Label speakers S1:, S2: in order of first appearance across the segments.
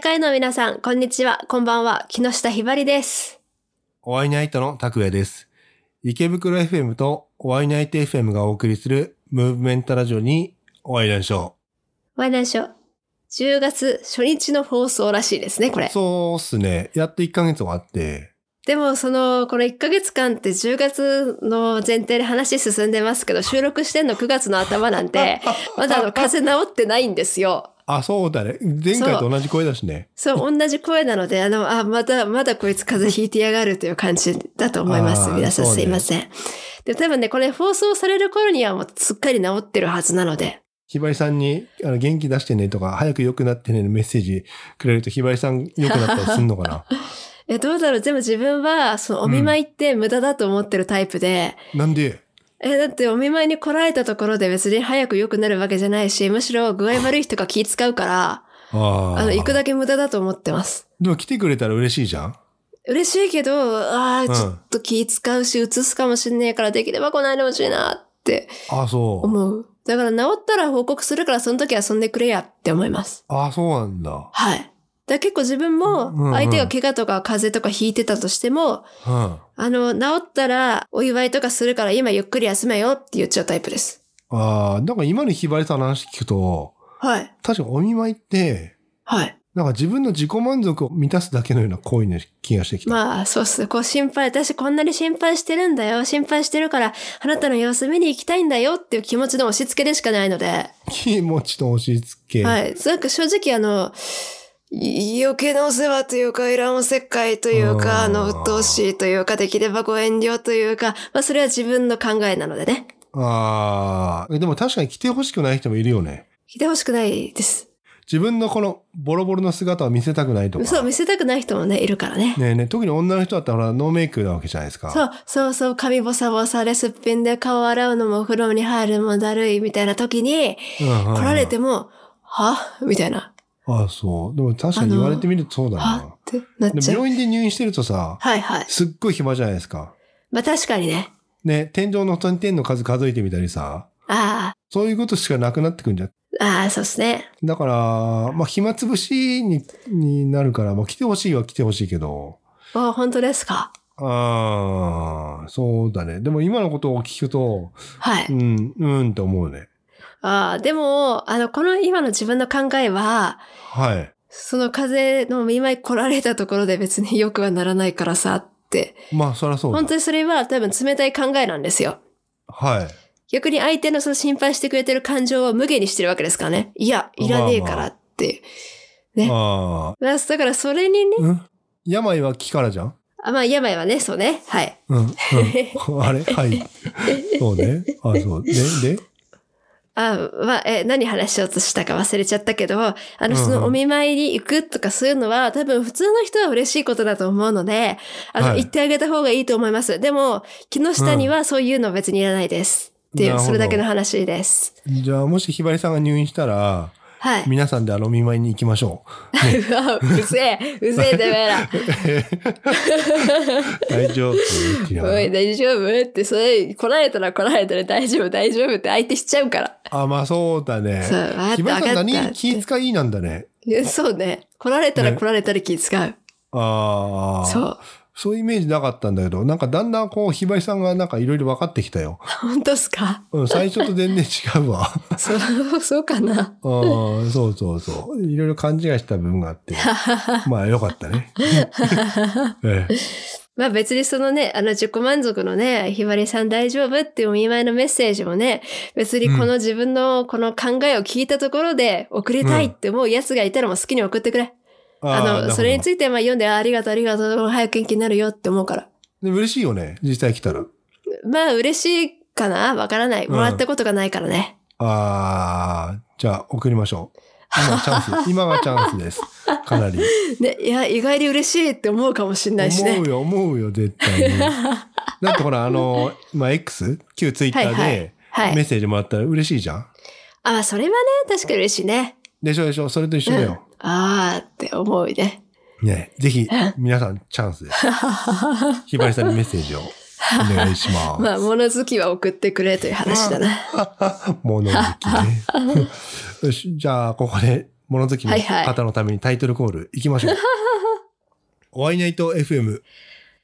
S1: 会の皆さん、こんにちは、こんばんは、木下ひばりです。
S2: お会いナイトの拓也です。池袋 FM とお会いナイト FM がお送りするムーブメントラジオにお会いしょ
S1: ワイナンショー、10月初日の放送らしいですね、こ
S2: う。
S1: れ。
S2: そうっすね。やっと1ヶ月終わって。
S1: でも、その、この1ヶ月間って10月の前提で話進んでますけど、収録してんの9月の頭なんて、まだあの、風邪治ってないんですよ。
S2: あ、そうだね。前回と同じ声だしね。
S1: そう、同じ声なので、あの、あ、まだ、まだこいつ風邪ひいてやがるという感じだと思います。
S2: あー
S1: 皆さん
S2: そう
S1: す
S2: ね
S1: いません。で、多分ね、これ放送される頃にはもうすっかり治ってるはずなので。
S2: ひばりさんに、あの、元気出してねとか、早く良くなってねのメッセージくれると、ひばりさん良くなったりすんのか な
S1: え、どうだろう全部自分は、そのお見舞いって無駄だと思ってるタイプで、
S2: なんで
S1: え、だってお見舞いに来られたところで別に早く良くなるわけじゃないし、むしろ具合悪い人が気使うから、
S2: ああ。
S1: あの、行くだけ無駄だと思ってます。
S2: でも来てくれたら嬉しいじゃん
S1: 嬉しいけど、ああ、
S2: うん
S1: ちょっと気使うし、移すかもしんねえから、できれば来ないでほしいなって
S2: あ、そう。
S1: 思う。だから治ったら報告するからその時遊んでくれやって思います。
S2: あ、そうなんだ。
S1: はい。だから結構自分
S2: うんう
S1: も
S2: ん
S1: 相手が怪我とか風邪とかひいてたとしても、
S2: うん。
S1: あの、治ったらお祝いとかするから今ゆっくり休めよって言っちゃうタイプです。
S2: ああ、なんか今のひばりさんの話聞くと、
S1: はい。
S2: 確かお見舞いって、
S1: はい。
S2: なんか自分の自己満足を満たすだけのような行為の気がしてきた。
S1: まあ、そうっす。こう心配、私こんなに心配してるんだよ。心配してるから、あなたの様子見に行きたいんだよっていう気持ちの押し付けでしかないので。
S2: 気持ちと押し付け。
S1: はい。なんか正直あの、い余計なお世話というか、いらんおせっかいというか、あ
S2: うん
S1: の、鬱陶しいというか、できればご遠慮というか、まあそれは自分の考えなのでね。
S2: ああ、でも確かに来てほしくない人もいるよね。
S1: 来てほしくないです。
S2: 自分のこのボロボロの姿を見せたくないとか。
S1: そう、見せたくない人もね、いるからね。
S2: ねえねえ特に女の人だったらほらノーメイクなわけじゃないですか。
S1: そう、そうそう、髪ボサボサですっぴんで顔洗うのもお風呂に入るのもだるいみたいな時に、
S2: うんうんうん
S1: 来られても、はみたいな。
S2: ああ、そう。でも確かに言われてみるとそうだ
S1: は
S2: な。
S1: ってなっ
S2: でも
S1: ちゃう。
S2: 病院で入院してるとさ、
S1: はいはい。
S2: すっごい暇じゃないですか。
S1: まあ確かにね。
S2: ね、天井の点の数数えてみたりさ、
S1: あ
S2: そういうことしかなくなってくんじゃん。
S1: あ、ああ、そうですね。
S2: だから、まあ、暇つぶしにになるから、まあ、来てほしいは来てほしいけど、
S1: ああ、本当ですか。
S2: ああ、そうだね。でも今のことを聞くと、
S1: はい。
S2: うん、うんって思うね。
S1: ああ、でも、あの、この今の自分の考えは、
S2: はい。
S1: その風の見舞い来られたところで別に良くはならないからさって。
S2: まあ、そりゃそうだ。
S1: 本当にそれは多分冷たい考えなんですよ。
S2: はい。
S1: 逆に相手のその心配してくれてる感情を無限にしてるわけですからね。いや、いらねえからっていう。ね
S2: あ
S1: まあだからそれにね
S2: あ、、うん病は気からじゃん
S1: あまあ病はね、そうね。はい。
S2: うん、 うん。あれはい。そうね。あそう。で、で
S1: あまあ、え、何話しようとしたか忘れちゃったけど、あの、
S2: うんうん
S1: そのお見舞いに行くとかそういうのは、多分普通の人は嬉しいことだと思うので、あの、
S2: はい
S1: 言ってあげた方がいいと思います。でも、木下にはそういうの別にいらないです。ってい
S2: な
S1: う、
S2: るほど
S1: それだけの話です。
S2: じゃあ、もしひばりさんが入院したら、
S1: はい。
S2: 皆さんであのお見舞いに行きましょ
S1: うわ、うぜえ、うぜえ、てめえら。
S2: う。大丈夫って言いなが
S1: お
S2: ら
S1: い、大丈夫って、それ、来られたら来られたら大丈夫、大丈夫って相手しちゃうから。
S2: あ、まあそうだね。
S1: そう、わかっ
S2: ひ
S1: た、
S2: ば
S1: わ
S2: りさん
S1: かっ
S2: 何
S1: た。
S2: 気遣いいなんだね。
S1: いやそうね。来られたら
S2: ね
S1: 来られたら気使う。
S2: ああ。
S1: そう。
S2: そういうイメージなかったんだけど、なんかだんだんこう、ひばりさんがなんかいろいろ分かってきたよ。
S1: 本当っすか
S2: うん、最初と全然違うわ。
S1: そう、 そうかな。
S2: うん、そうそうそう。いろいろ勘違いした部分が あって。まあよかったね。ええ
S1: まあ別にそのね、あの自己満足のね、ひばりさん大丈夫っていうお見舞いのメッセージもね、別にこの自分のこの考えを聞いたところで送りたいって思うやつがいたらもう好きに送ってくれ。あの、それにつ
S2: いて。
S1: いてまあ読んで、あありがとうありがとう、早く元気になるよって思うから。
S2: でも嬉しいよね、実際来たら。
S1: まあ嬉しいかなわからない。
S2: うん
S1: もらったことがないからね。
S2: ああ、じゃあ送りましょう。今チ ャンス。今がチャンスです。かなり。
S1: ね、いや、意外に嬉しいって思うかもしれないし
S2: 思
S1: ね。
S2: うよ、思うよ、絶対 に。だってほら、あの、まあ、X? 旧ツイッターで、
S1: はいは
S2: メッ
S1: い。
S2: セージもらったら嬉しいじゃん
S1: あ、まあそれはね、確かに嬉しいね。
S2: でしょでしょそれと一緒だよ。
S1: ああって思うね。
S2: ねぜひ、皆さんチャ ンスです。ひばりさんにメッセージをお願いしま す。
S1: まあ、物好きは送ってくれという話だな。
S2: 物好きね。よし、じゃあ、ここで物好きの
S1: はいはい
S2: 方のためにタイトルコール行きましょ う。お会いナイト FM。
S1: ム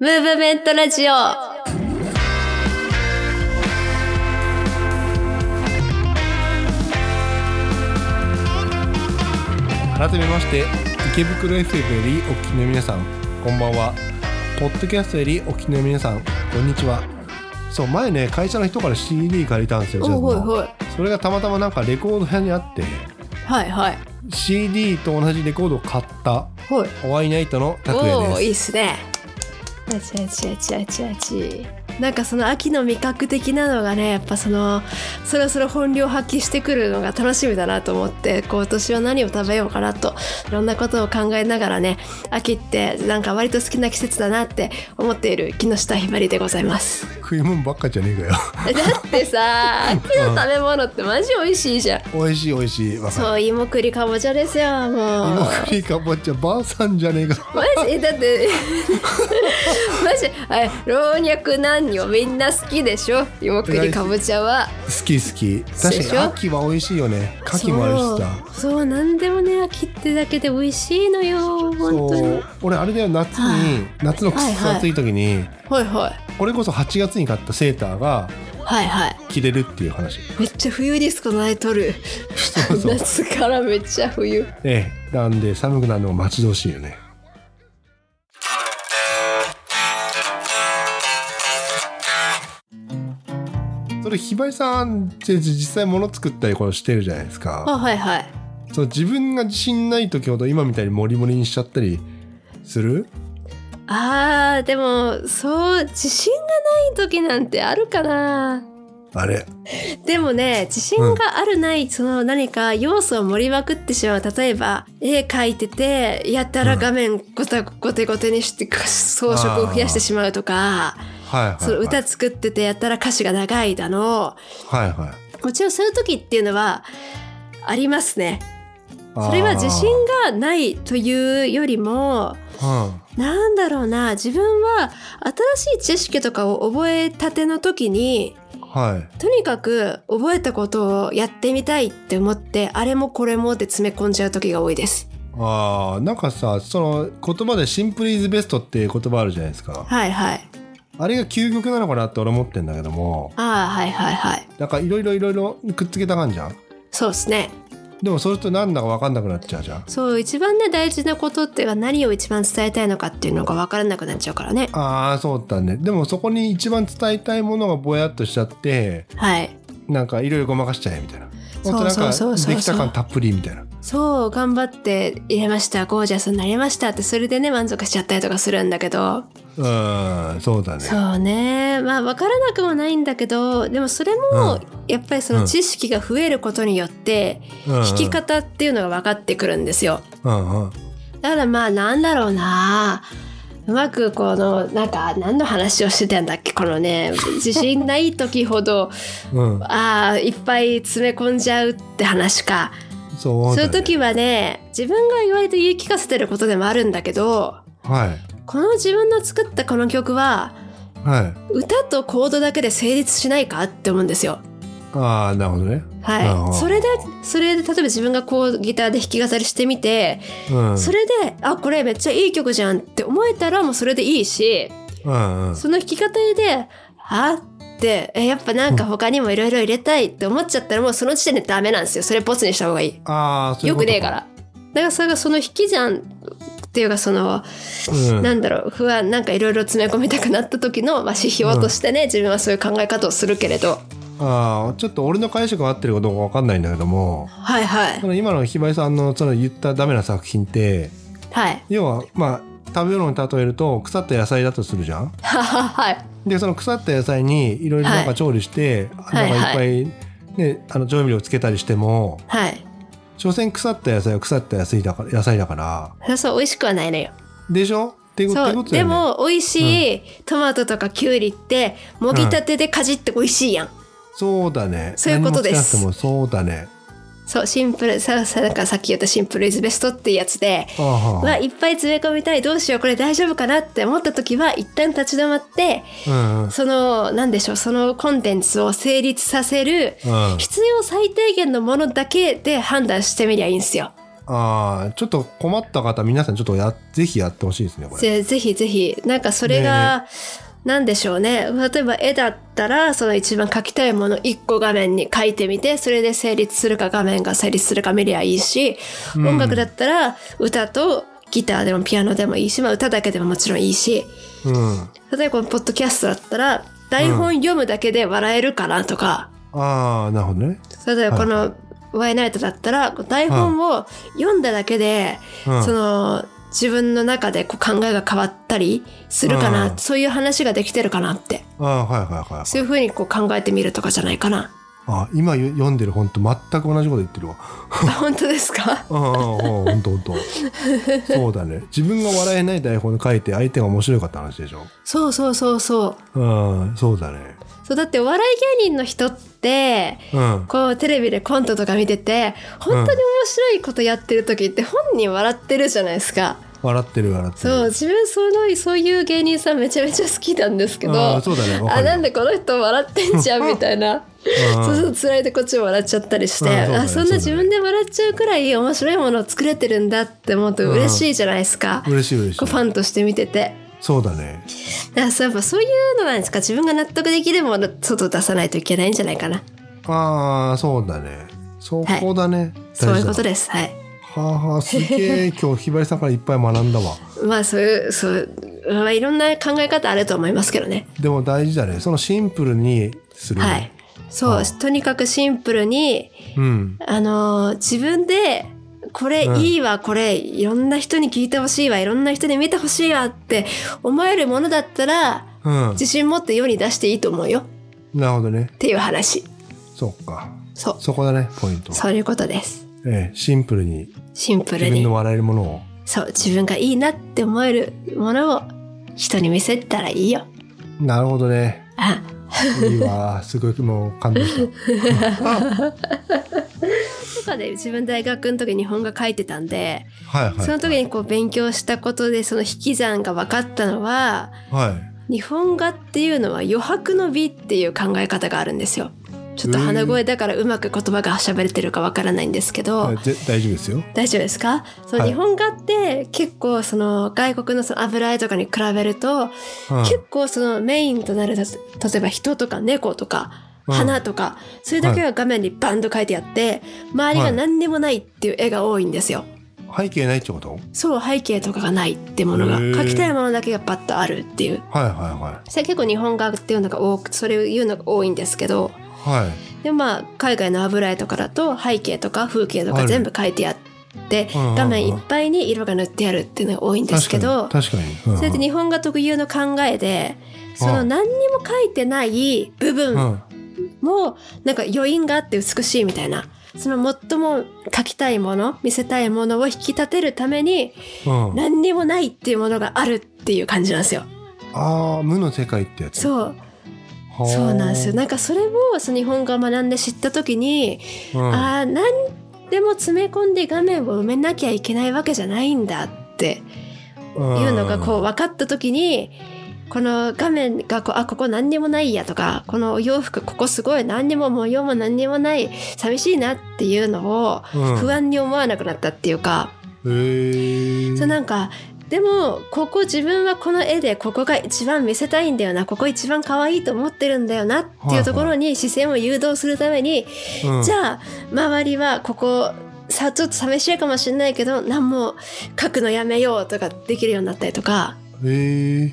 S1: ーブメントラジオ
S2: 改めまして、池袋 FM よりお聞きの皆さん、こんばんは。ポッドキャストよりお聞きの皆さん、こんにちは。そう、前ね、会社の人から CD 借りたんですよ、ジャズ
S1: お
S2: の
S1: ほいほい
S2: それがたまたまなんかレコード屋にあって、
S1: はいはい
S2: CD と同じレコードを買った、
S1: ほい
S2: お会いナイトの拓
S1: お
S2: 也
S1: おーい
S2: で
S1: いっすねあちあちあちあちあちなんかその秋の味覚的なのがねやっぱそのそろそろ本領発揮してくるのが楽しみだなと思ってこう今年は何を食べようかなといろんなことを考えながらね秋ってなんか割と好きな季節だなって思っている木下ひばりでござい ます
S2: す。食い物ばっかじゃねえかよ。
S1: だってさ秋の食べ物ってマジ美味しいじゃん
S2: 美味しい美味しい。わかる。
S1: そう芋栗かぼちゃですよもう
S2: 芋栗かぼちゃ、ばあさんじゃねえか。
S1: マジえだって マジあ老若男女みんな好きでしょよくりかぼちゃは
S2: 好き好き
S1: で
S2: 確
S1: しょ
S2: かに秋は美味しいよね牡蠣もあるしさ
S1: そうそうなんでもね秋ってだけで美味しいのよ本当
S2: そ
S1: に
S2: う俺あれだよ夏に夏のくっそ暑い時に
S1: はいはい
S2: これこそ8月に買ったセーターが
S1: はいはい
S2: 着れるっていう 話
S1: めっちゃ冬ディスコのナイトル
S2: そうそう
S1: 夏からめっちゃ冬
S2: ええなんで寒くなるのを待ち遠しいよねそれひばりさんって実際物作ったりこうしてるじゃないですか
S1: あはいはい
S2: その自分が自信ない時ほど今みたいにモリモリにしちゃったりする
S1: あーでもそう自信がない時なんてあるかな
S2: あれ
S1: でもね自信があるないその何か要素を盛りまくってしまう例えば絵描いててやたら画面ごたごてごてにしてか装飾を増やしてしまうとか
S2: はいはい、はい、
S1: その歌作っててやたら歌詞が長いだの
S2: はいはい
S1: もちろんそういう時っていうのはありますね。それは自信がないというよりも
S2: あ
S1: なんだろうな自分は新しい知識とかを覚えたての時に
S2: ー、うん、はい
S1: とにかく覚えたことをやってみたいって思ってあれもこれもって詰め込んじゃう時が多いです
S2: あーなんかさその言葉で「シンプルイズベスト」っていう言葉あるじゃないですか
S1: はいはい
S2: あれが究極なのかなって俺思ってんだけども
S1: ああはいはいはい
S2: なんかいろいろいろいろくっつけた感じゃん
S1: そうですね
S2: でもそうするとなんだか分かんなくなっちゃうじゃん
S1: そう一番ね大事なことっていうのは何を一番伝えたいのかっていうのが分からなくなっちゃうからね
S2: ああそうだったねでもそこに一番伝えたいものがぼやっとしちゃって
S1: はい
S2: なんかいろいろごまかしちゃえみたいな
S1: そう
S2: もっとなん
S1: そうそうそうそ
S2: か
S1: う
S2: できた感たっぷりみたいな
S1: そう頑張って入れましたゴージャスになりましたってそれでね満足しちゃったりとかするんだけど
S2: うーんそうだね
S1: そうねまあ分からなくもないんだけどでもそれ
S2: う
S1: も
S2: ん
S1: やっぱりそうの
S2: ん
S1: 知識が増えることによって
S2: うんうん
S1: 弾き方っていうのが分かってくるんですよ。
S2: うんうん
S1: だからまあなんだろうなうまくこのなんか何の話をしてたんだっけこのね自信ない時ほど
S2: うん
S1: ああいっぱい詰め込んじゃうって話か
S2: そうだ
S1: そ
S2: ね
S1: ういう時はね自分が割と言い聞かせてることでもあるんだけど
S2: はい
S1: この自分の作ったこの曲は
S2: はい
S1: 歌とコードだけで成立しないかって思うんですよ。
S2: ああなるほどねなるほ
S1: は
S2: ど
S1: い、それでそれで例えば自分がこうギターで弾き語りしてみて
S2: うん
S1: それであこれめっちゃいい曲じゃんって思えたらもうそれでいいし
S2: うんうん
S1: その弾き語りであってえやっぱなんか他にもいろいろ入れたいって思っちゃったらもうその時点でダメなんですよそれボツにした方がいい
S2: ああそういう
S1: よ
S2: こと
S1: くねえからだからそれがその弾きじゃんっていうかその、
S2: うん
S1: なんだろう不安なんかいろいろ詰め込みたくなった時の、まあ、指標としてね、自分はそういう考え方をするけれど
S2: ああちょっと俺の解釈が合ってるかどうかわかんないんだけども
S1: はいはい
S2: その今のひばりさんのその言ったダメな作品って
S1: はい
S2: 要はまあ食べ物に例えると腐った野菜だとするじゃん
S1: はははい
S2: でその腐った野菜にいろいろなん
S1: は
S2: か
S1: い
S2: 調理して、
S1: はい
S2: なんかいっぱい、ね、あの調味料つけたりしても
S1: はい
S2: 所詮腐った野菜は腐った野菜だから野菜だから
S1: そりゃそう美味しくはないのよ
S2: でしょっていうことって
S1: そ
S2: こ
S1: う
S2: とだ
S1: で
S2: よね
S1: も美味しいトマトとかキュウリってもぎたてでかじって美味しいやん、
S2: そうだね
S1: そういうことです
S2: 何もつかなくてもそうだね
S1: そうシンプルささなんかさっき言ったシンプルイズベストってやつで、
S2: ああはあ
S1: まあ、いっぱい詰め込みたいどうしようこれ大丈夫かなって思った時は一旦立ち止まって
S2: うんうん
S1: そのなんでしょうそのコンテンツを成立させる
S2: うん
S1: 必要最低限のものだけで判断してみりゃいいんですよ。
S2: ああちょっと困った方皆さんちょっとやぜひやってほしいですねこれ
S1: ぜぜひぜひなんかそれが何でしょうね例えば絵だったらその一番描きたいもの1個画面に描いてみてそれで成立するか画面が成立するか見りゃいいし、
S2: うん
S1: 音楽だったら歌とギターでもピアノでもいいし、まあ、歌だけでももちろんいいし
S2: うんあ
S1: 例えばこのポッドキャストだったら台本読むだけで笑えるかなとか、
S2: あなるほどね、
S1: 例えばこ
S2: はい
S1: の「ワイナイト」だったら台本を読んだだけで、
S2: うん、
S1: その自分の中でこう考えが変わったりするかな、
S2: うん
S1: そういう話ができてるかなって
S2: ああはいはいはい、
S1: そういうふうにこう考えてみるとかじゃないか な。
S2: あ今よ読んでる本と全く同じこと言ってるわ
S1: あ本当ですか
S2: ああああ本当本当そうだね自分が笑えない台本書いて相手が面白いかって話でしょ
S1: そうそうそうそう。
S2: うんそうだね
S1: そうだってお笑い芸人の人って
S2: うん
S1: こうテレビでコントとか見てて本当に面白いことやってる時って本人笑ってるじゃないですか。
S2: 笑ってる笑ってる
S1: そう自分そのそういう芸人さんめちゃめちゃ好きなんですけど
S2: ああそうだねわか
S1: あ
S2: る
S1: なんでこの人笑ってんじゃんみたいな
S2: うん
S1: そうそうつらいでこっちも笑っちゃったりして、
S2: うんそうだね
S1: あそんな自分で笑っちゃうくらい面白いものを作れてるんだって思うと嬉しいじゃないですか、
S2: 嬉しい嬉し
S1: こう
S2: い
S1: ファンとして見てて
S2: そうだね
S1: だからそうやっぱそういうのなんですか自分が納得できるもの外出さないといけないんじゃないかな
S2: ああそうだねそこだね、
S1: そういうこと
S2: で
S1: ですはい
S2: はあ、はあ、すげえ今日ひばりさんからいっぱい学んだわ
S1: まあそういうそう、まあ、いろんな考え方あると思いますけどね
S2: でも大事だねそのシンプルにする、
S1: はいそう
S2: あ
S1: とにかくシンプルに
S2: うん
S1: あのー自分でこれ
S2: うん
S1: いいわ、これいろんな人に聞いてほしいわいろんな人に見てほしいわって思えるものだったら
S2: うん
S1: 自信持って世に出していいと思うよっ
S2: なるほどね
S1: ていう話
S2: そっか
S1: そう
S2: そこだねポイント
S1: そういうことです
S2: ええシンプルに
S1: シンプ
S2: 自
S1: ル
S2: 分
S1: に
S2: の笑えるものを
S1: そう自分がいいなって思えるものを人に見せたらいいよ
S2: なるほどね
S1: あ
S2: いいわすごいもう感動した
S1: とかで自分大学の時日本画書いてたんで、
S2: はいはい
S1: その時にこう勉強したことでその引き算が分かったのは
S2: はい
S1: 日本画っていうのは余白の美っていう考え方があるんですよ。ちょっと鼻声だからうまく言葉が喋れてるかわからないんですけど、
S2: えぜ大丈夫ですよ
S1: 大丈夫ですかその
S2: はい
S1: 日本画って結構その外国のその油絵とかに比べると
S2: うん
S1: 結構そのメインとなる例えば人とか猫とか
S2: うん
S1: 花とかそれだけが画面にバンと書いてあって周りが何にもないっていう絵が多いんですよ。
S2: 背景ないってこと
S1: そう背景とかがないってものが
S2: へー
S1: 描きたいものだけがバッとあるっていう
S2: はいは
S1: それ結構日本画っていうのが多くそれを言うのが多いんですけど
S2: いはいはい
S1: でもまあ海外の油絵とかだと背景とか風景と
S2: あ
S1: か
S2: る
S1: 全部描いてあって
S2: うんうんうん
S1: 画面いっぱいに色が塗ってあるっていうのが多いんですけど
S2: 確かに確かに、うんうん
S1: それって日本画特有の考えでその
S2: うん
S1: 何にも描いてない部分もなんか余韻があって美しいみたいなその最も描きたいもの見せたいものを引き立てるために
S2: うんうん、
S1: 何にもないっていうものがあるっていう感じなんですよ。
S2: ああ無の世界ってやつ
S1: そう
S2: はー
S1: そうなんですよ。なんかそれもその日本語を学んで知った時に、
S2: うん
S1: ああ何でも詰め込んで画面を埋めなきゃいけないわけじゃないんだって
S2: うん
S1: いうのがこう分かった時に。この画面がこうあここ何にもないやとかこのお洋服ここすごい何にも模様も何にもない寂しいなっていうのを
S2: うん
S1: 不安に思わなくなったっていうか、
S2: へー
S1: そうなんかでもここ自分はこの絵でここが一番見せたいんだよなここ一番可愛いと思ってるんだよなっていうところに視線を誘導するために、
S2: うん
S1: じゃあ周りはここさちょっと寂しいかもしれないけど何も書くのやめようとかできるようになったりとか
S2: へー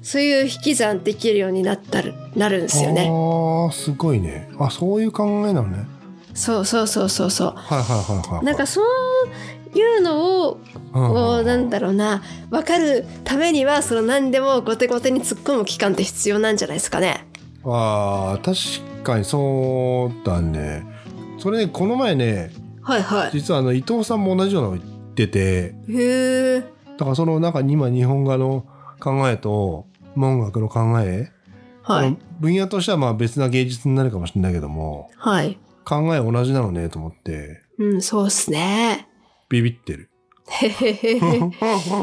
S1: そういう引き算できるようになったるなるんですよね。
S2: ああすごいねあそういう考えなのね
S1: そうそうそうそうそ
S2: はいはいはいはいは
S1: う。
S2: い
S1: なんかそういうのをこうなんだろうな分かるためにはその何でも後手後手に突っ込む期間って必要なんじゃないですかね。
S2: あー確かにそうだねそれねこの前ね
S1: はいはい。
S2: 実はあの伊藤さんも同じようなの言ってて
S1: へえ。
S2: だからそのなんか今日本画の考えと文学の考え、
S1: は
S2: そ
S1: い
S2: の分野としてはまあ別な芸術になるかもしれないけども
S1: はい。
S2: 考え同じなのねと思って
S1: うんそうっす ね。
S2: ビビってる
S1: へへへへ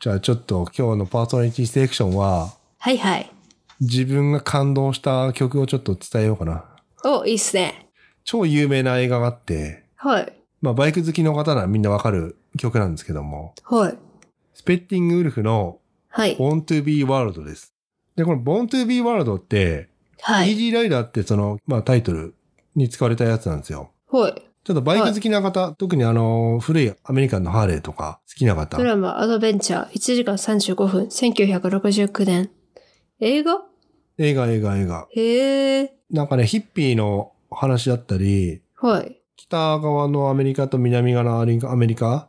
S2: じゃあちょっと今日のパーソナリティセレクションは
S1: はいはい。
S2: 自分が感動した曲をちょっと伝えようかな
S1: おいいっすね。
S2: 超有名な映画があって
S1: はい。
S2: まあ、バイク好きの方ならみんなわかる曲なんですけども、
S1: はい。
S2: スペッティングウルフの
S1: はい。
S2: Born to be World です。で、この Born to be World って、
S1: は
S2: イー
S1: い。
S2: ジーライダーってその、まあ、タイトルに使われたやつなんですよ。
S1: はい。
S2: ちょっとバイク好きな方、特にあの、古いアメリカンのハーレーとか好きな方
S1: ド、ラマ、アドベンチャー、1時間35分、1969年。映画
S2: 映画映画映画。
S1: へえ。
S2: なんかね、ヒッピーの話だったり、
S1: はい。
S2: 北側のアメリカと南側のアメリカ
S1: は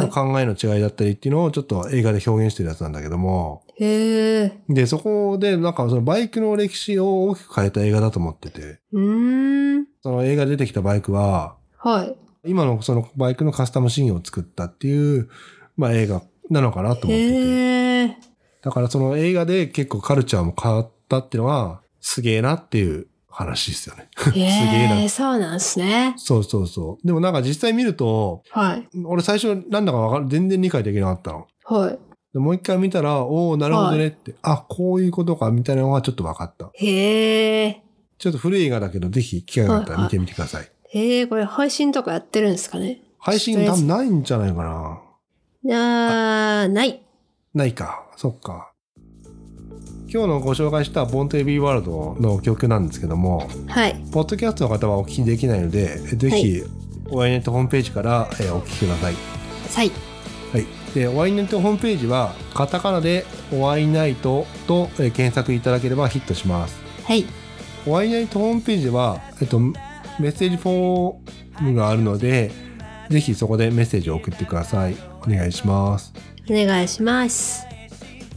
S2: の
S1: い。
S2: 考えの違いだったりっていうのをちょっと映画で表現してるやつなんだけども、
S1: へえ。
S2: で、そこでなんかそのバイクの歴史を大きく変えた映画だと思ってて、
S1: うーん。
S2: その映画で出てきたバイクは、
S1: はい。
S2: 今のそのバイクのカスタムシーンを作ったっていう、まあ映画なのかなと思ってて。
S1: へえ。
S2: だからその映画で結構カルチャーも変わったっていうのは、すげえなっていう話ですよね。
S1: へ
S2: げえ
S1: え。
S2: な
S1: そうなんですね。
S2: そうそうそう。でもなんか実際見ると、
S1: はい。
S2: 俺最初なんだかわかる、全然理解できなかったの。
S1: は
S2: でもう一回見たら、おおなるほどねって、あ、こういうことか、みたいなのがちょっと分かった。
S1: い。へえ。ち
S2: ちょっと古い映画だけど、ぜひ機会があったら見てみてください。
S1: へえ、これ配信とかやってるんですかね
S2: 配信多分ないんじゃないかな。
S1: あー、ない。
S2: ないか。そっか。今日のご紹介したボンテビーワールドの曲なんですけども、
S1: はい。
S2: ポッドキャストの方はお聞きできないので、ぜひ、ワイネットホームページから、えーお聞きください。
S1: はい。
S2: はい。で、ワイネットホームページは、カタカナで、ワイナイトと、えー検索いただければヒットします。
S1: はい。
S2: ワイナイトホームページでは、えっと、メッセージフォームがあるので、ぜひそこでメッセージを送ってください。お願いします。
S1: お願いします。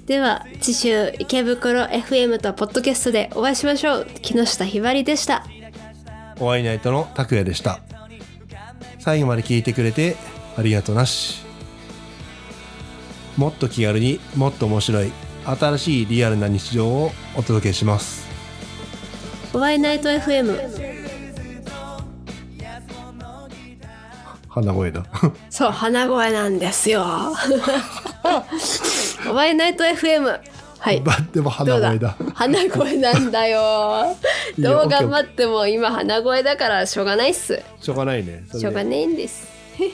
S1: では、次週、池袋 FM とポッドキャストでお会いしましょう。木下ひばりでした。
S2: ワイナイトの拓也でした。最後まで聞いてくれてありがとうなし。もっと気軽にもっと面白い新しいリアルな日常をお届けします。
S1: お会いナイト FM。
S2: 鼻声だ。
S1: そう、鼻声なんです よ。お会いナイト FM。はい。
S2: でも
S1: ど
S2: 鼻
S1: うだ
S2: 声だ。
S1: 鼻声なんだよ。
S2: いや
S1: どう頑張っても今鼻声だからしょうがないっす。
S2: しょうがないね。それで
S1: しょうがないんです。オッ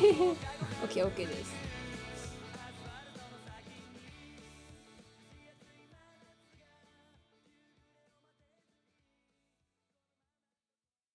S1: ケーオッケーです。